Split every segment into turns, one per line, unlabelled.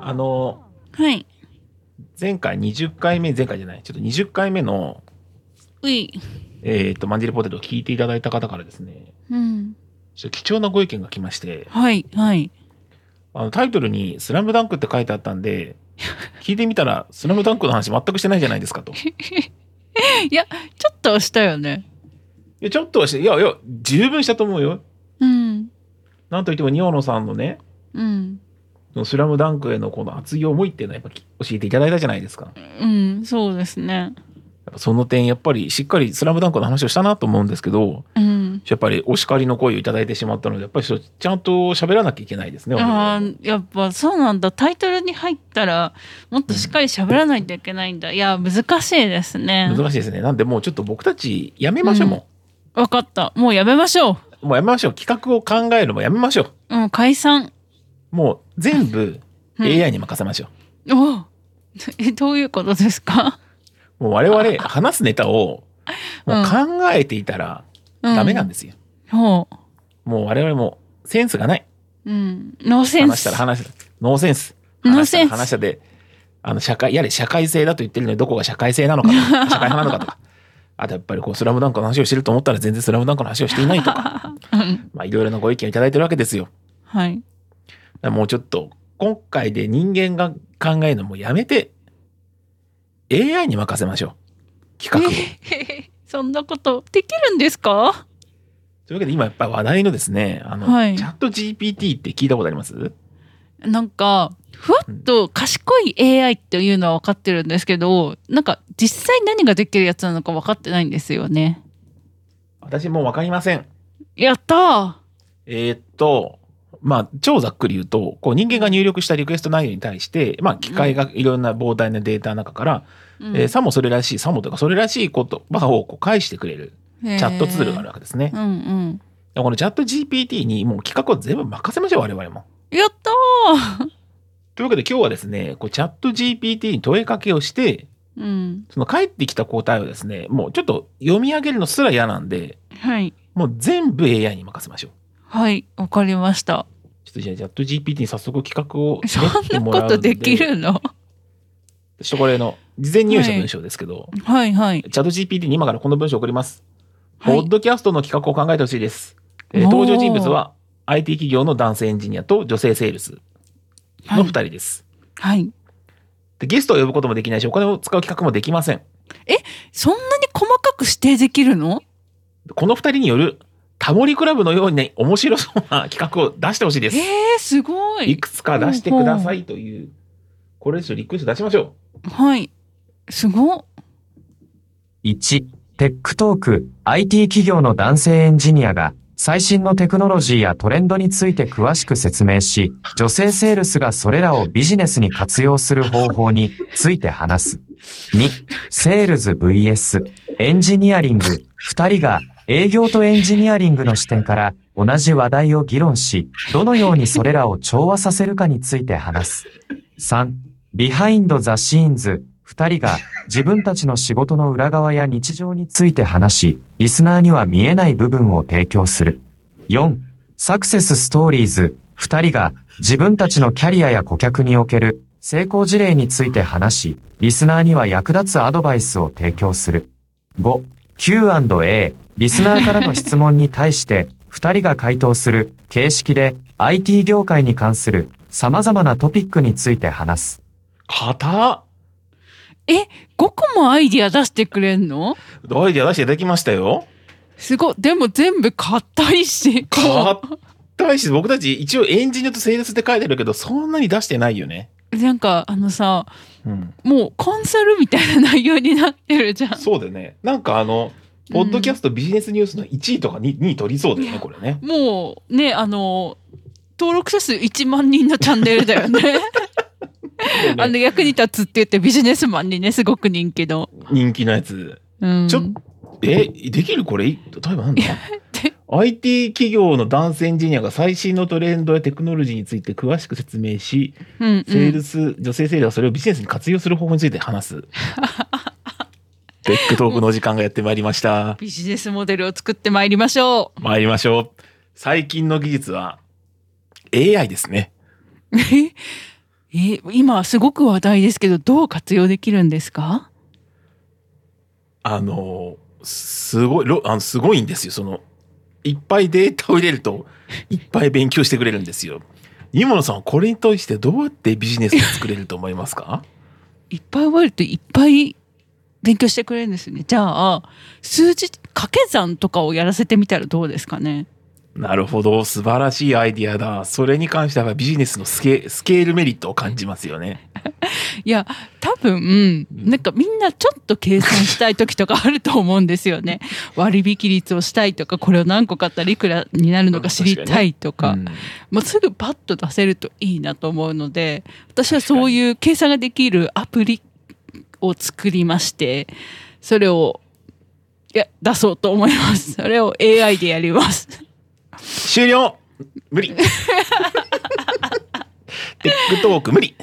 あの、
はい。
前回20回目、前回じゃない、ちょっと20回目の、
うい。
えっ、と、マンジェルポテトを聞いていただいた方からですね、
うん。
ちょっと貴重なご意見が来まして、
はい、はい。
あのタイトルにスラムダンクって書いてあった んで、聞いてみたら、スラムダンクの話全くしてないじゃないで すかと。い
ちょっとしたよね。
や、ちょっとはして、いやいや、十分したと思うよ。
うん。
なんといっても、ニオノさんのね、
うん。
そのスラムダンクへのこの熱い思いっていうのはやっぱき教えていただいたじゃないですか。や
うん、そうですね。
っぱその点、やっぱりしっかりスラムダンクの話をしたなと思うんですけど、
うん。
やっぱりお叱りの声をいただいてしまったので、やっぱりそうちゃんと喋らなきゃいけないですね。我々
ああやっぱそうなんだタイトルに入ったらもっとしっかり喋らないといけないんだ、いや難しいですね
難しいですね。なんでもうちょっと僕たちやめましょうも
わかったもうやめましょ
う。もうやめましょう。企画を考えるのもやめましょう。
うもう解散、
もう全部
うん
AI に任せましょ
おうえどういうことですか、
う。もう我々話すネタをもう考えていたら
うん、
ダメなんんですよ。
ほ
もう我々もセンスがない。
う、うん、ノーセン
話し
ス
たら話したらノーセンス。
ノーセンス
話したら話したで、あの社会、やれ社会性だと言ってるのにどこが社会性なのかと か、社会派なのかとか。あとやっぱりこうスラムダンクの話をしてると思ったら全然スラムダンクの話をしていないと か、
うん
まあいろいろなご意見をいただいてるわけですよ。
はい
だからもうちょっと今回で人間が考えるのもやめて AI に任せましょう企画を。
そんなことできるんですか
というわけで今やっぱ話題のですねあの、
はい
チャット GPT って聞いたことあります
なんかふわっと賢い AI っていうのは分かってるんですけどなんか実際何ができるやつなのか分かってないんですよね
私もう分かりません。
やったー
えーっとまあ超ざっくり言うとこう人間が入力したリクエスト内容に対して、まあ、機械がいろんな膨大なデータの中から、
うん
えーさもそれらしいさもというかそれらしい言葉をこう返してくれる
チ
チャットツールがある
る。
わけですね。
うんうん。
だからこのチャット GPT にもう企画を全部任せましょう我々も。
やったー
というわけで今日はですね、こうチャット GPT に問いかけをして、
うん。
その返ってきた答えをですね、もうちょっと読み上げるのすら嫌なんで、
はい。
もう全部 AI に任せましょう。
はい。わかりました。
ちょっとじゃあチャット GPT に早速企画を
そ
練って
んな
も
こ
らう
と
んで。
できるの
ちょっとこれの事前入社文章ですけど、
はいはい。
チャット GPT に今からこの文章を送ります。
はい
ポッドキャストの企画を考えてほしいです。えー
おー
登場人物は IT 企業の男性エンジニアと女性セールスの2人です。
はい。
でゲストを呼ぶこともできないし、お金を使う企画もできません。
そんなに細かく指定できるの
この二人によるタモリクラブのように、ね、面白そうな企画を出してほしい
え
です。
ー、すご
い
い。
くつか出してくださいという、これですよ、リクエスト出しましょ
はい。すごっ。
1、テックトーク、IT 企業の男性エンジニアが、最新のテクノロジーやトレンドについて詳しく説明し、女性セールスがそれらをビジネスに活用する方法について話す。2、セールズ VS、エンジニアリング、2人が営業とエンジニアリングの視点から同じ話題を議論し、どのようにそれらを調和させるかについて話す。3、ビハインドザシーンズ、二人が自分たちの仕事の裏側や日常について話し、リスナーには見えない部分を提供する。4、サクセスストーリーズ、二人が自分たちのキャリアや顧客における成功事例について話し、リスナーには役立つアドバイスを提供する。5、Q&A、リスナーからの質問に対して、二人が回答する形式で IT 業界に関する様々なトピックについて話す。
う。型
5個もアイディア出してくれんの
アイデア出していただきましたよ。
すごっ。でも全部硬いし。
硬いし、僕たち一応エンジニアとセールスって書いてあるけど、そんなに出してないよね。
なんか、あのさ、
うん。
もうコンサルみたいな内容になってるじゃん。
そうだよね。なんかあの、ポッドキャストビジネスニュースの1位とか 2, 2位取りそうだよね、これね。
もうねあの登録者数1万人のチャンネルだよ ねあの役に立つって言ってビジネスマンにねすごく人気の、
人気のやつ。
うん、
ちょっえ、できるこれ例えばなんだ
で
?IT 企業の男性エンジニアが最新のトレンドやテクノロジーについて詳しく説明し、
うんうん、
セールス、女性セールスはそれをビジネスに活用する方法について 話す。テックトークのお時間がやってまいりました。
ビジネスモデルを作ってまいりましょ
参りましょう。最近の技術は AI ですね。
うええー今すごく話題ですけどどう活用できるんですか
あのすごいろあのすごいんですよそのいっぱいデータを入れるといっぱい勉強してくれるんですよ。湯本さんはこれに対してどうやってビジネスを作れると思います か
いっぱい覚えるといっぱい勉強してくれるんですねじゃあ数字掛け算とかをやらせてみたらどうですかね
なるほど素晴らしいアイディアだそれに関してはビジネスのスケスケールメリットを感じますよね。
いや多分
うん
なんかみんなちょっと計算したい時とかあると思うんですよね割引率をしたいとかこれを何個買ったらいくらになるのか知りたいとか
うん
まあ、すぐパッと出せるといいなと思うので私はそういう計算ができるアプリを作りましてそれをいや出そうと思いますそれを AI でやります
終了無理 TikTok 無理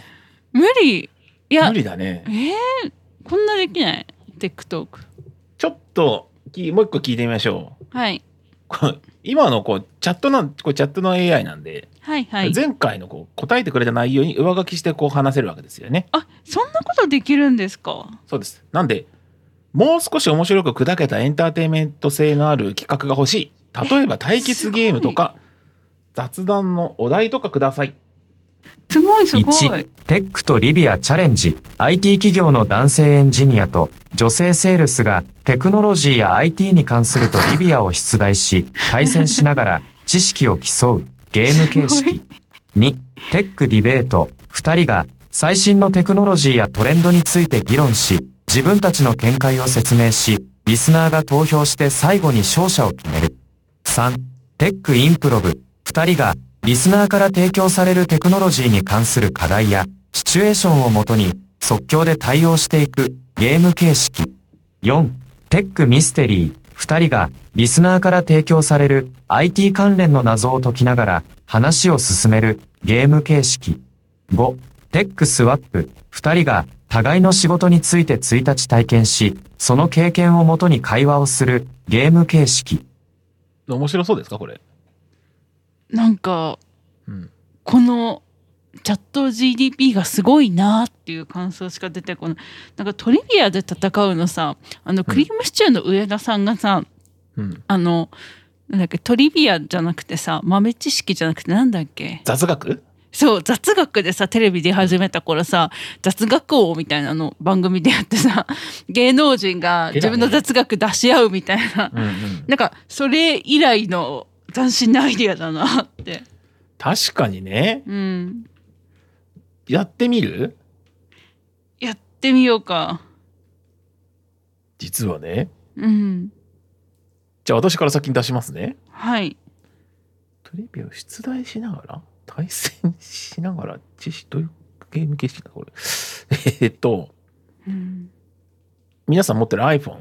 無理いや
無理だね
えー、こんなできない TikTok
ちょっときもう一個聞いてみましょう
はい
こう今のこうチャットのこうチャットの AI なんで、
はいはい
前回のこう答えてくれた内容に上書きしてこう話せるわけですよね
あそんなことできるんですか
そうですなんでもう少し面白く砕けたエンターテインメント性のある企画が欲しい例えば対決ゲームとか雑談のお題とかください
すごいすごい
1、テックとリビアチャレンジ。IT 企業の男性エンジニアと女性セールスがテクノロジーや IT に関するとリビアを出題し、対戦しなが ら知識を競うゲーム形
すごい
式。2、テックディベート。2人が最新のテクノロジーやトレンドについて議論し、自分たちの見解を説明し、リスナーが投票して最後に勝者を決める。3、テックインプロブ。2人がリスナーから提供されるテクノロジーに関する課題やシチュエーションをもとに即興で対応していくゲーム形式。4. テックミステリー。2人がリスナーから提供される IT 関連の謎を解きながら話を進めるゲーム形式。5. テックスワップ。2人が互いの仕事について1日体験し、その経験をもとに会話をするゲーム形式。
面白そうですかこれ、
なんか
うん、
このチャット GDP がすごいなっていう感想しか出てこないなんかトリビアで戦うのさあのクリームシチューの上田さんがさ、
うん、
あのなんだっけトリビアじゃなくてさ豆知識じゃなくてなんだっけ
雑学
そう雑学でさテレビ出始めた頃さ雑学王みたいなの番組でやってさ 芸能人が自分の雑学出し合うみたいな、
うんうん
なんかそれ以来の斬新なアイディアだなって
確かにね
うん
やってみる
やってみようか。
実はね
うん。
じゃあ私から先に出しますね
はい。
トリビアを出題しながら対戦しながら知識どういうゲーム形式だこれ えーっと
うん、
皆さん持ってる iPhone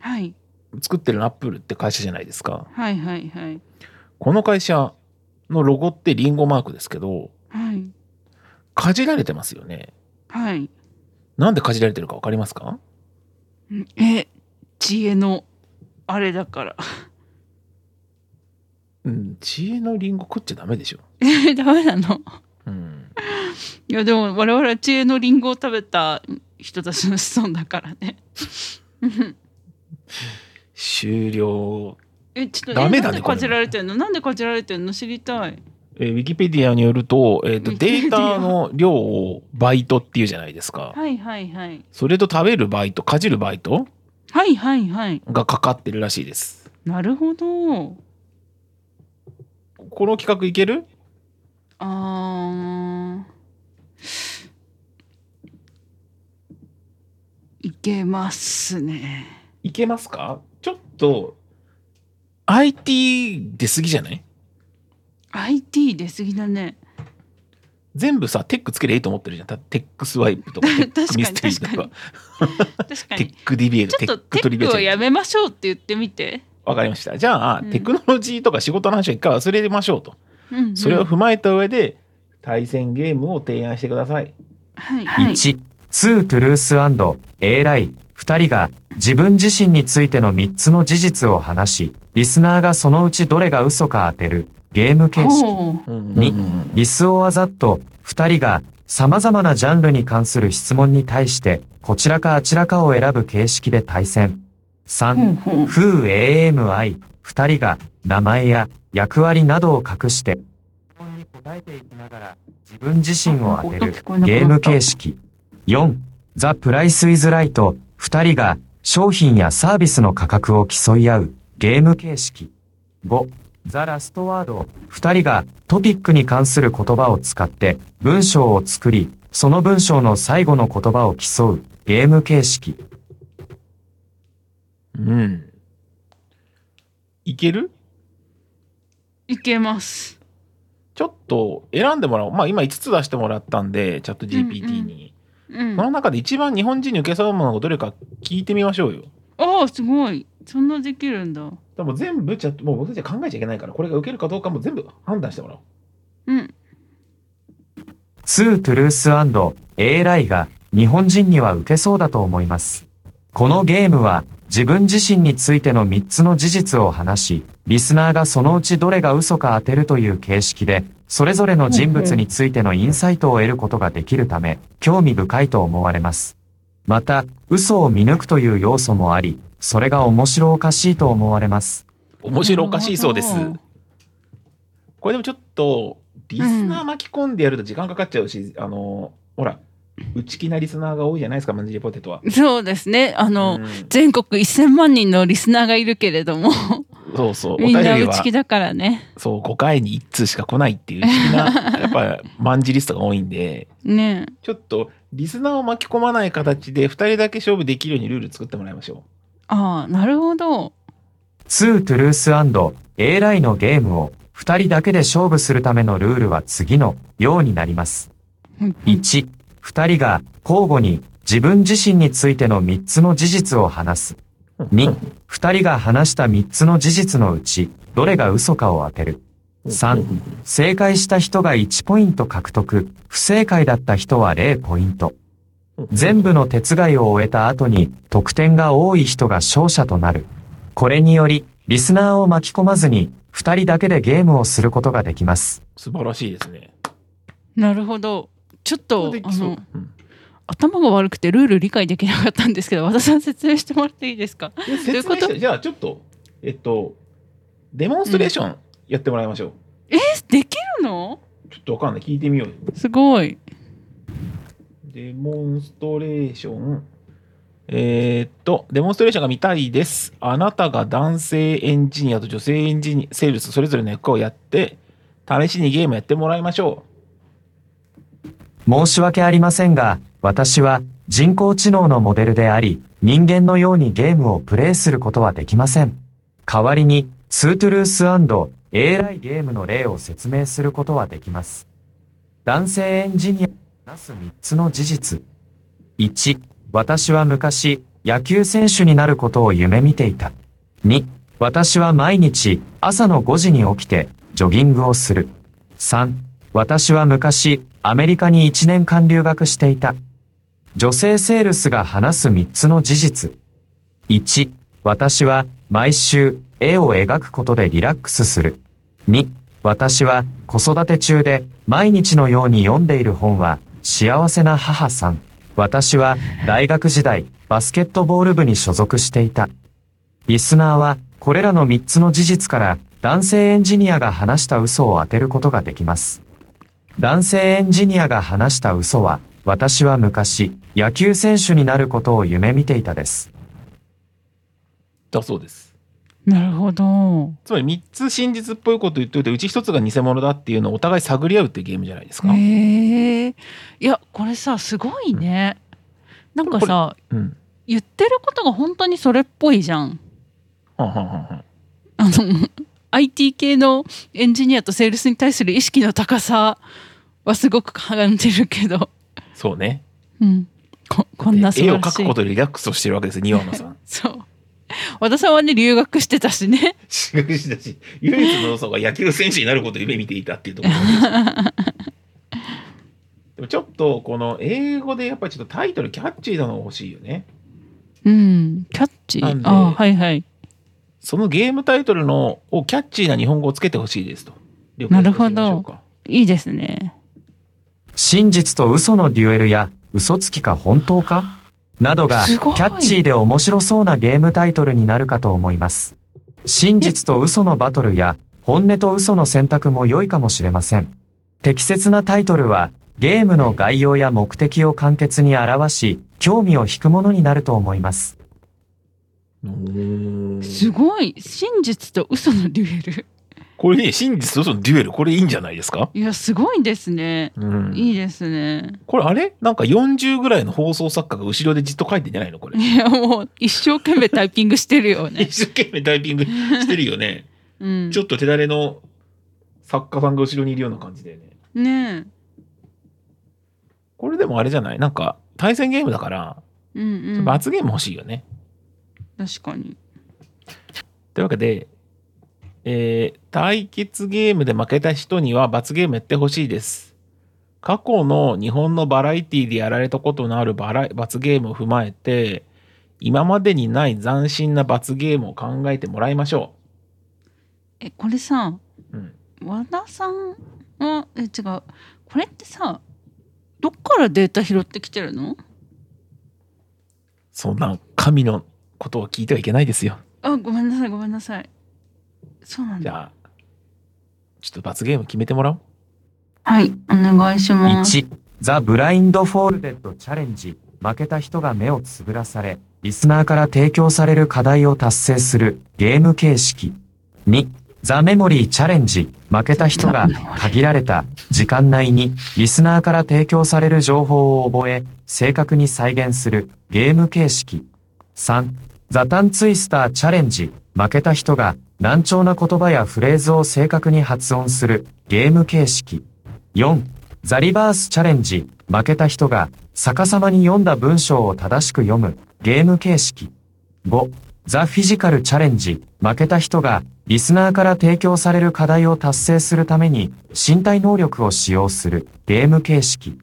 はい。
作ってるアップルって会社じゃないですか
はいはいはい。
この会社のロゴってリンゴマークですけど
はい。
かじられてますよね
はい。
なんでかじられてるかわかりますか
うんえ、知恵の、あれだから。
うん知恵のリンゴ食っちゃダメでしょ
え、 ダメなの
うん
いや、でも我々は知恵のリンゴを食べた人たちの子孫だからね。うん
終了
え、ちょっと、え
ダメだ
なん
ね
で
これ
かじられてんのなんでかじられてんの知りたい。
えーウィキペディアによると,、えーと
ウィキペ
デ
ディ
ー
ア
タの量をバイトっていうじゃないですか
はいはいはい。
それと食べるバイトかじるバイト
はいはいはい。
がかかってるらしいです
なるほど。
この企画いける
あーいけますね。
いけますかちょっと IT 出過ぎじゃない
IT 出過ぎだね。
全部さテックつけりゃいいと思ってるじゃんたテックスワイプと かテ
確かに
ックミステリーと
確
か
か
テ
に
ッ。クディビエル
ちょっ
テ
と
ッ
テ
クトリビ
ッ
エ
クをや
ル
めましょうって言ってみて。
わかりましたじゃあ、
うん
テクノロジーとか仕事の話は一回忘れましょうと
うんうん
それを踏まえた上で対戦ゲームを提案してください
はいはい。
1、2トゥルース A ライ。2人が自分自身についての3つの事実を話し、リスナーがそのうちどれが嘘か当てるゲーム形式。
ほう
うんうんうん
にリスをあざっと、2人が様々なジャンルに関する質問に対して、こちらかあちらかを選ぶ形式で対戦。
う
3、
んうん
風 AMI、二人が名前や役割などを隠して、質問に答えていきながら自分自身を当てる
音聞こえなくなった
ゲーム形式。4、ザ・プライス・イズ・ライト、二人が商品やサービスの価格を競い合うゲーム形式。5、ザ・ラスト・ワード、二人がトピックに関する言葉を使って文章を作り、その文章の最後の言葉を競うゲーム形式。
うん。いける
いけます。
ちょっと選んでもらおう。まあ今5つ出してもらったんで、チャット GPT に。
うん。
こ
あ
の中で一番日本人に受けそうなものをどれか聞いてみましょうよ。
あー、すごい。そんなできるんだ。う
でも全部チャット、もう僕たちは考えちゃいけないから、これが受けるかどうかも全部判断してもらおう。
ん。
2トゥルース &A ライが日本人には受けそうだと思います。このゲームは自分自身についての3つの事実を話し、リスナーがそのうちどれが嘘か当てるという形式で、それぞれの人物についてのインサイトを得ることができるため、興味深いと思われます。また、嘘を見抜くという要素もあり、それが面白おかしいと思われます。
面白おかしいそうです
なるほど。
これでもちょっと、リスナー巻き込んでやると時間かかっちゃうし、あの、ほら、内気なリスナーが多いじゃないですか、マンジリポテトは。
そうですね。あの、
うん
全国1000万人のリスナーがいるけれども、
そうそう、お
み
便
ん
り
な内
は
気、だからね。
そう、5回に1通しか来ないっていう、内気 な、やっぱ、マンジリストが多いんで、
ね
ちょっと、リスナーを巻き込まない形で、2人だけ勝負できるようにルール作ってもらいましょ
ああ、なるほど。
2トゥルース &A ライのゲームを2人だけで勝負するためのルールは次のようになります。
うん
1、2人が交互に自分自身についての3つの事実を話す。
う。
2、2人が話した3つの事実のうち、どれが嘘かを当てる。3、正解した人が1ポイント獲得、不正解だった人は0ポイント。全部の手伝いを終えた後に得点が多い人が勝者となる。これにより、リスナーを巻き込まずに、二人だけでゲームをすることができます。
素晴らしいですね。
なるほど。ちょっと、
で
あ
きそう
の、
うん
頭が悪くてルール理解できなかったんですけど、和田さん説明してもらっていいですか
で
うい
説
うこ
明
と
してじゃあちょっとえっとデモンストレーションやってもらいましょう、
できるの
ちょっとわかんない聞いてみようよ
すごい。
デモンストレーションえーっとデモンストレーションが見たいですあなたが男性エンジニアと女性エンジニアセールスそれぞれの役をやって試しにゲームやってもらいましょ
申し訳ありませんが、私は人工知能のモデルであり、人間のようにゲームをプレイすることはできません。代わりに、ツートゥルース &AI ゲームの例を説明することはできます。男性エンジニアがなす3つの事実。1、私は昔野球選手になることを夢見ていた。2、私は毎日朝の5時に起きてジョギングをする。3、私は昔、アメリカに1年間留学していた。女性セールスが話す3つの事実。1、私は毎週絵を描くことでリラックスする。2、私は子育て中で毎日のように読んでいる本は幸せな母さん。私は大学時代バスケットボール部に所属していた。リスナーはこれらの3つの事実から男性エンジニアが話した嘘を当てることができます。男性エンジニアが話した嘘は、私は昔野球選手になることを夢見ていたです。
うだそうです
なるほど。
つまり3つ真実っぽいこと言っといてうち1つが偽物だっていうのをお互い探り合うっていうゲームじゃないですか、
へえ。いや、これさ、すごいね。なんかさ、
うん
言ってることが本当にそれっぽいじゃん。
はんはんはんはん
あの、IT 系のエンジニアとセールスに対する意識の高さはすごく感じるけど。
そうね
うん。ここんな素晴
絵
ら
を
しい
描くことでリラックスをしてるわけです庭野さん
そう。和田さんはね、留学してたしね。
私学したし、唯一の嘘が野球選手になることを夢見ていたっていうところなんですよでもちょっとこの英語でやっぱりちょっとタイトルキャッチーなのが欲しいよね。
うん。キャッチ
なん
ー。
で
ああ、はいはい。
そのゲームタイトルのをキャッチーな日本語をつけてほしいですと。了解いただけましょうか
いいですね。
真実と嘘のデュエルや、嘘つきか本当かなどが、キ
す
ャ
ごい
ッチーで面白そうなゲームタイトルになるかと思います。真実と嘘のバトルや、本音と嘘の選択も良いかもしれません。適切なタイトルは、ゲームの概要や目的を簡潔に表し、興味を引くものになると思います。
うん
すごい真実と嘘のデュエル
これね真実とそのデュエルこれいいんじゃないですか、
いやすごいですね
うん、
いいですね
これあれなんか40ぐらいの放送作家が後ろでじっと書いてんじゃないの これ
いやもう一生懸命タイピングしてるよね
一生懸命タイピングしてるよね
うん
ちょっと手だれの作家さんが後ろにいるような感じだよね
ね
これでもあれじゃないなんか対戦ゲームだから
えうんうん
罰ゲーム欲しいよね、
確かに
というわけで、えー対決ゲームで負けた人には罰ゲームやってほしいです。過去の日本のバラエティでやられたことのあるバラ罰ゲームを踏まえて、今までにない斬新な罰ゲームを考えてもらいましょ
えこれさ
う。うん、
和田さんはえ違うこれってさどっからデータ拾ってきてるの
そんな神のことを聞いてはいけないですよ。
あごめんなさいごめんなさいそうなん
じ
だ
ゃあ、ちょっと罰ゲーム決めてもらおう。
はいお願いします
1、ザ・ブラインド・フォールデッド・チャレンジ。負けた人が目をつぶらされ、リスナーから提供される課題を達成するゲーム形式。2、ザ・メモリー・チャレンジ。負けた人が限られた時間内にリスナーから提供される情報を覚え、正確に再現するゲーム形式。3、ザ・タン・ツイスター・チャレンジ。負けた人が難聴な言葉やフレーズを正確に発音するゲーム形式。4、ザリバースチャレンジ、負けた人が逆さまに読んだ文章を正しく読むゲーム形式。5、ザフィジカルチャレンジ、負けた人がリスナーから提供される課題を達成するために身体能力を使用するゲーム形式。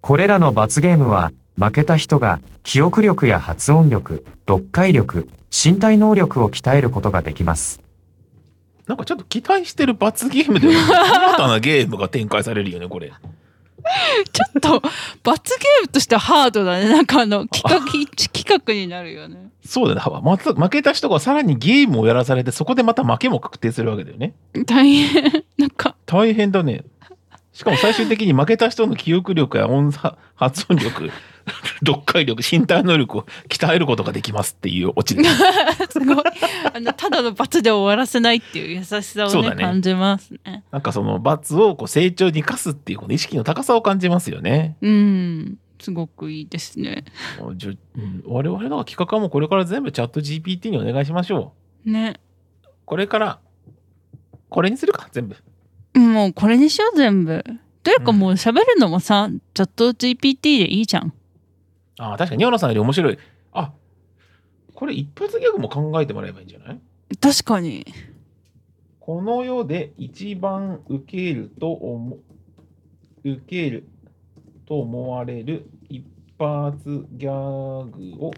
これらの罰ゲームは、負けた人が記憶力や発音力、読解力、身体能力を鍛えることができます。
なんかちょっと期待してる罰ゲームでは、新たなゲームが展開されるよね、これ。
ちょっと罰ゲームとしてはハードだねなんかあ の企画一企画になるよね
そうだね。はまた負けた人がさらにゲームをやらされて、そこでまた負けも確定するわけだよね。
大変なんか
大変だね。しかも最終的に負けた人の記憶力や音差発音力、 読解力、身体能力を鍛えることができますっていうオチです
すごいあのただの罰で終わらせないっていう優しさを
そう
ね
だね
感じますね
なんかその罰をこう成長に生かすっていうこの意識の高さを感じますよね。
うんすごくいいですね
もうじゅうん我々の企画はもうこれから全部チャット GPT にお願いしましょ
ね
う。これから、これにするか、全部。
もうこれにしよう全部というか
うん
もう喋るのもさチャット GPT でいいじゃん
ああ、確かに、ニャオナさんより面白い。あ、これ一発ギャグも考えてもらえばいいんじゃない
確かに
この世で一番受けると思受けると思われる一発ギャグを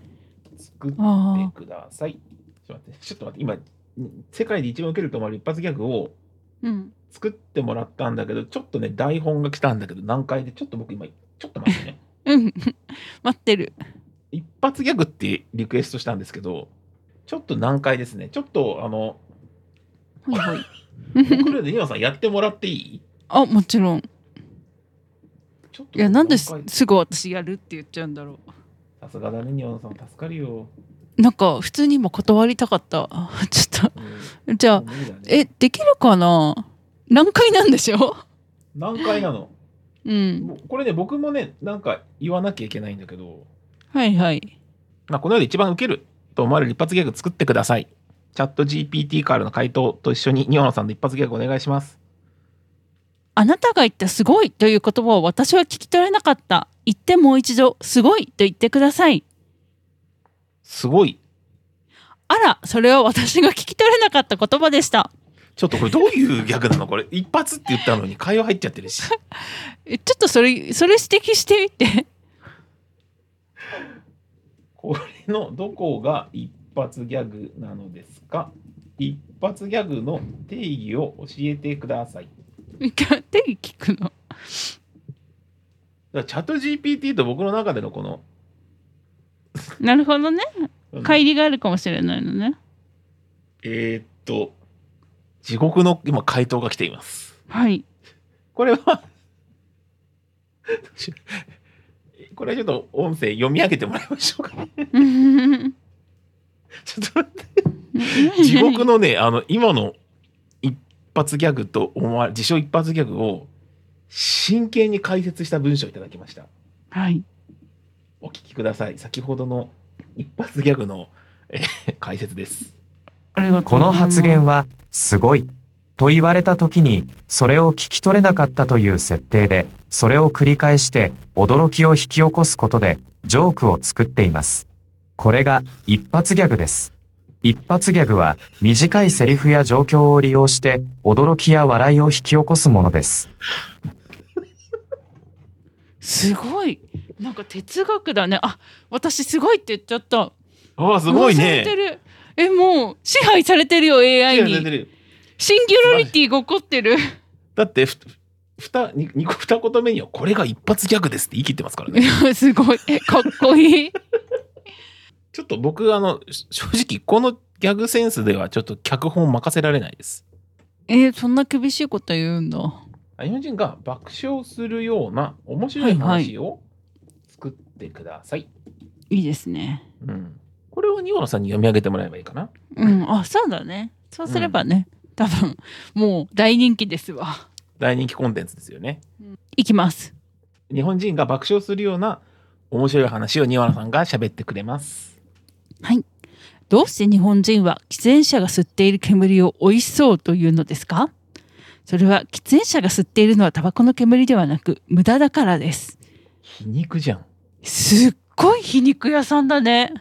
作って
あ
ください。ちょっと待って、ちょっと待って、今、ん世界で一番受けると思われる一発ギャグを
あうん
作ってもらったんだけど、ちょっとね、台本が来たんだけど、難解で、ちょっと僕今、ちょっと待ってね。
うん 待ってる
一発ギャグってリクエストしたんですけど、ちょっと難解ですね。ちょっと、あの、
ほいほい
僕らで今さんやってもらってい い
あもちろん
ちょっと
いやなんです
難解
すぐ私やるって言っちゃうんだろ
さすがだね、ニオンさん、助かるよ。
うなんか普通に今断りたかった あちょっ
うん
とじゃあ
もう無理だね
えできるかな難解なんでしょ
何回なの
うん
もうこれね、僕もね、なんか言わなきゃいけないんだけど、
はいはい
まあ、この世で一番ウケると思われる一発ギャグ作ってください。チャット GPT からの回答と一緒に、ニオンさんの一発ギャグお願いします。
あなたが言った「すごい」という言葉を私は聞き取れなかった言ってもう一度「すごい」と言ってください
すごい。
あらそれは私が聞き取れなかった言葉でした
ちょっとこれどういうギャグなのこれ、一発って言ったのに会話入っちゃってるし。
えちょっとそれそれ指摘してみて
これのどこが一発ギャグなのですか一発ギャグの定義を教えてください。
手に聞くの
らチャット GPT と僕の中でのこの、
なるほどね。
うん
乖離があるかもしれないのね。
えーっと、地獄の今回答が来ています。
はい。
これは これはちょっと音声読み上げてもらいましょうかね。ちょっと待って 地獄のね、あの、今の一発ギャグと思われ、自称一発ギャグを真剣に解説した文章をいただきました。
はい。
お聞きください。先ほどの一発ギャグの、えー解説です。
ありがとう
この発言は、すごい。と言われた時に、それを聞き取れなかったという設定で、それを繰り返して、驚きを引き起こすことで、ジョークを作っています。これが、一発ギャグです。一発ギャグは、短いセリフや状況を利用して、驚きや笑いを引き起こすものです。
すごい。なんか哲学だね。あ、私すごいって言っちゃった。
ああ、すごい
回されて
ね。
る。え、もう支配されてるよ AI
いや出
に。
てる
シンギュラリティが起こってる。
だってふ、ふた、にに二言目にはこれが一発ギャグですって言い切ってますからね。
すごい。え、かっこいい。
ちょっと僕、あの、し正直、このギャグセンスではちょっと脚本任せられないです。
え、そんな厳しいこと言うんだ。
あ日本人が爆笑するような面白い話を作ってください。
いいですね。
うん、これをニオラさんに読み上げてもらえばいいかな。
うん。あ、そうだね。そうすればね。多分、もう大人気ですわ。
大人気コンテンツですよね。
いきます。
日本人が爆笑するような面白い話をニオラさんが喋ってくれます。
どうして日本人は喫煙者が吸っている煙を美味しそうというのですかそれは喫煙者が吸っているのはタバコの煙ではなく無駄だからです。
皮肉じゃん。
すっごい皮肉屋さんだね。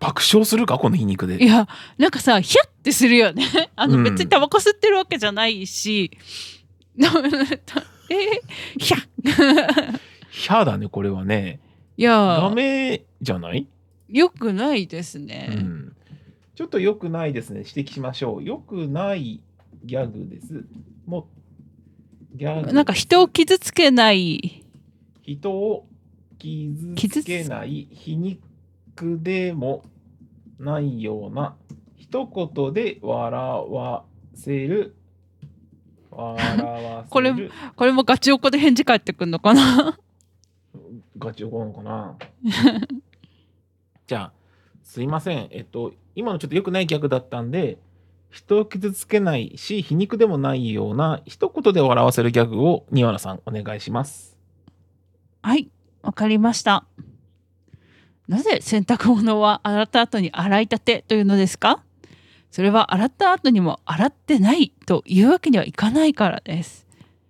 爆笑するかこの皮肉
い
で。
や、なんかさ、ヒャってするよ ね。あ
う
の
ん
別にタバコ吸ってるわけじゃないし。 なえヒャ
ひゃだね、これはね。
いや
ダ、メじゃない、
良くないです
う
ね。
ん、ちょっと良くないですね。指摘しましょう。良くないギャグです。もう、ギャグ。
なんか人を傷つけない。
人を傷つけない皮肉でもないような一言で笑わせる笑わせる
これこれもガチおこで返事返ってくるのかな
ガチ怒るのか なじゃあすいませんえっと今のちょっと良くない逆だったんで人を傷つけないし皮肉でもないような一言で笑わせるギャグを庭野さんお願いします
はい、わかりました。なぜ洗濯物は洗った後に洗いたてというのですかそれは洗った後にも洗ってないというわけにはいかないからです。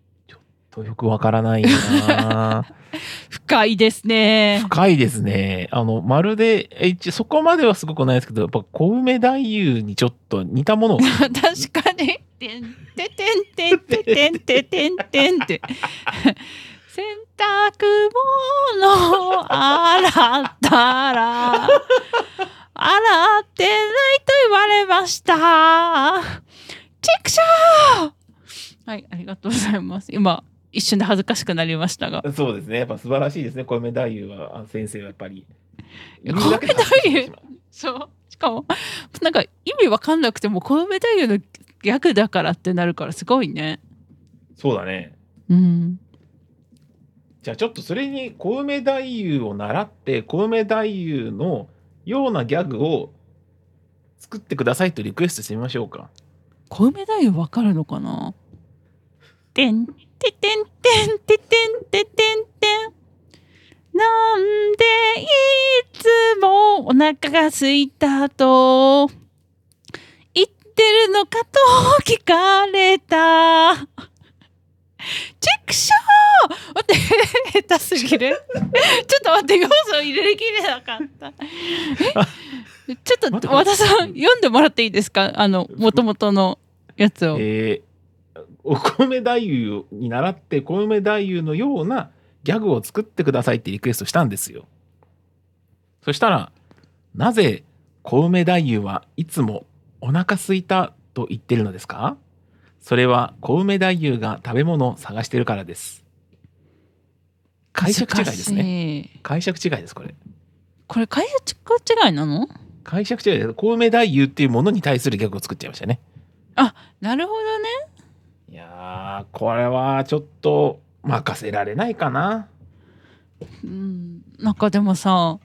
とよくわからないな
深いですね。
深いですね。あの、まるで、え一そこまではすごくないですけど、やっぱ小梅太夫にちょっと似たものを
確かに。てんててんてんてんてんてんてんって。洗濯物を洗ったら、洗ってないと言われました。チクショーはい、ありがとうございます。今、一瞬で恥ずかしくなりましたが。
そうですね。やっぱ素晴らしいですね。小梅太夫は、あ先生はやっぱり。
や小梅太夫
言うだけで発信してしまう
そう。しかも、なんか意味わかんなくても、小梅太夫のギャグだからってなるからすごいね。
そうだね。
うん。
じゃあちょっとそれに小梅太夫を習って、小梅太夫のようなギャグを作ってくださいとリクエストしてみましょうか。
小梅太夫わかるのかなてんててんてんててんててんてんなんでいつもお腹が空いたと言ってるのかと聞かれたチェックショー待って下手すぎるちょっと待って要素を入れきれなかったえちょっと和田さん読んでもらっていいですかあのもともとのやつを
えー、お米太夫に習って小梅太夫のようなギャグを作ってくださいってリクエストしたんですよそしたらなぜ小梅太夫はいつもお腹すいたと言ってるのですかそれは小梅太夫が食べ物を探してるからです解釈違いですね。
ね。
解釈違いです、これ。
これ解釈違いなの
解釈違いです。コウメ太夫っていうものに対するギャグを作っちゃいましたね。
なるほどね。
いやー、これはちょっと任せられないかな。
うん、なんかでもさ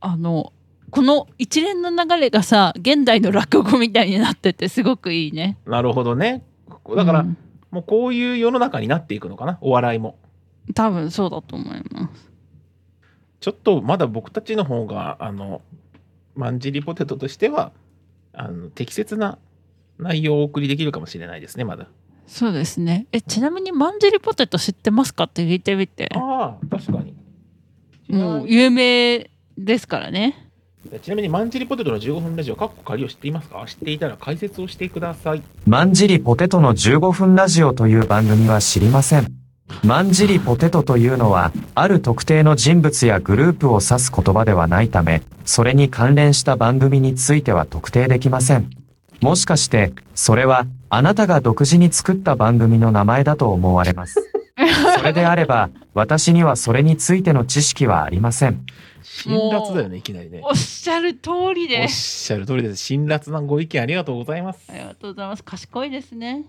あのこの一連の流れがさ現代の落語みたいになっててすごくいいね。
なるほどね。だから、
うん
もうこういう世の中になっていくのかな、お笑いも。
多分そうだと思います。
ちょっとまだ僕たちの方が、あの、マンジリポテトとしては、あの適切な内容をお送りできるかもしれないですね、まだ。
そうですね。えちなみにマンジェリポテト知ってますかって聞いてみて。
ああ、確かに。
もう有名ですからね。
ちなみに、マンジリポテトの15分ラジオ、カッコ仮を知っていますか知っていたら解説をしてください。
まんじりポテトの15分ラジオという番組は知りません。まんじりポテトというのは、ある特定の人物やグループを指す言葉ではないため、それに関連した番組については特定できません。もしかして、それは、あなたが独自に作った番組の名前だと思われます。それであれば、私にはそれについての知識はありません。
辛辣だよね、いきなりね。
おっしゃる通り
お
で
っ
す。
しゃる通りです。辛辣なご意見ありがとうございます
あ。りがとうございます。賢いですね。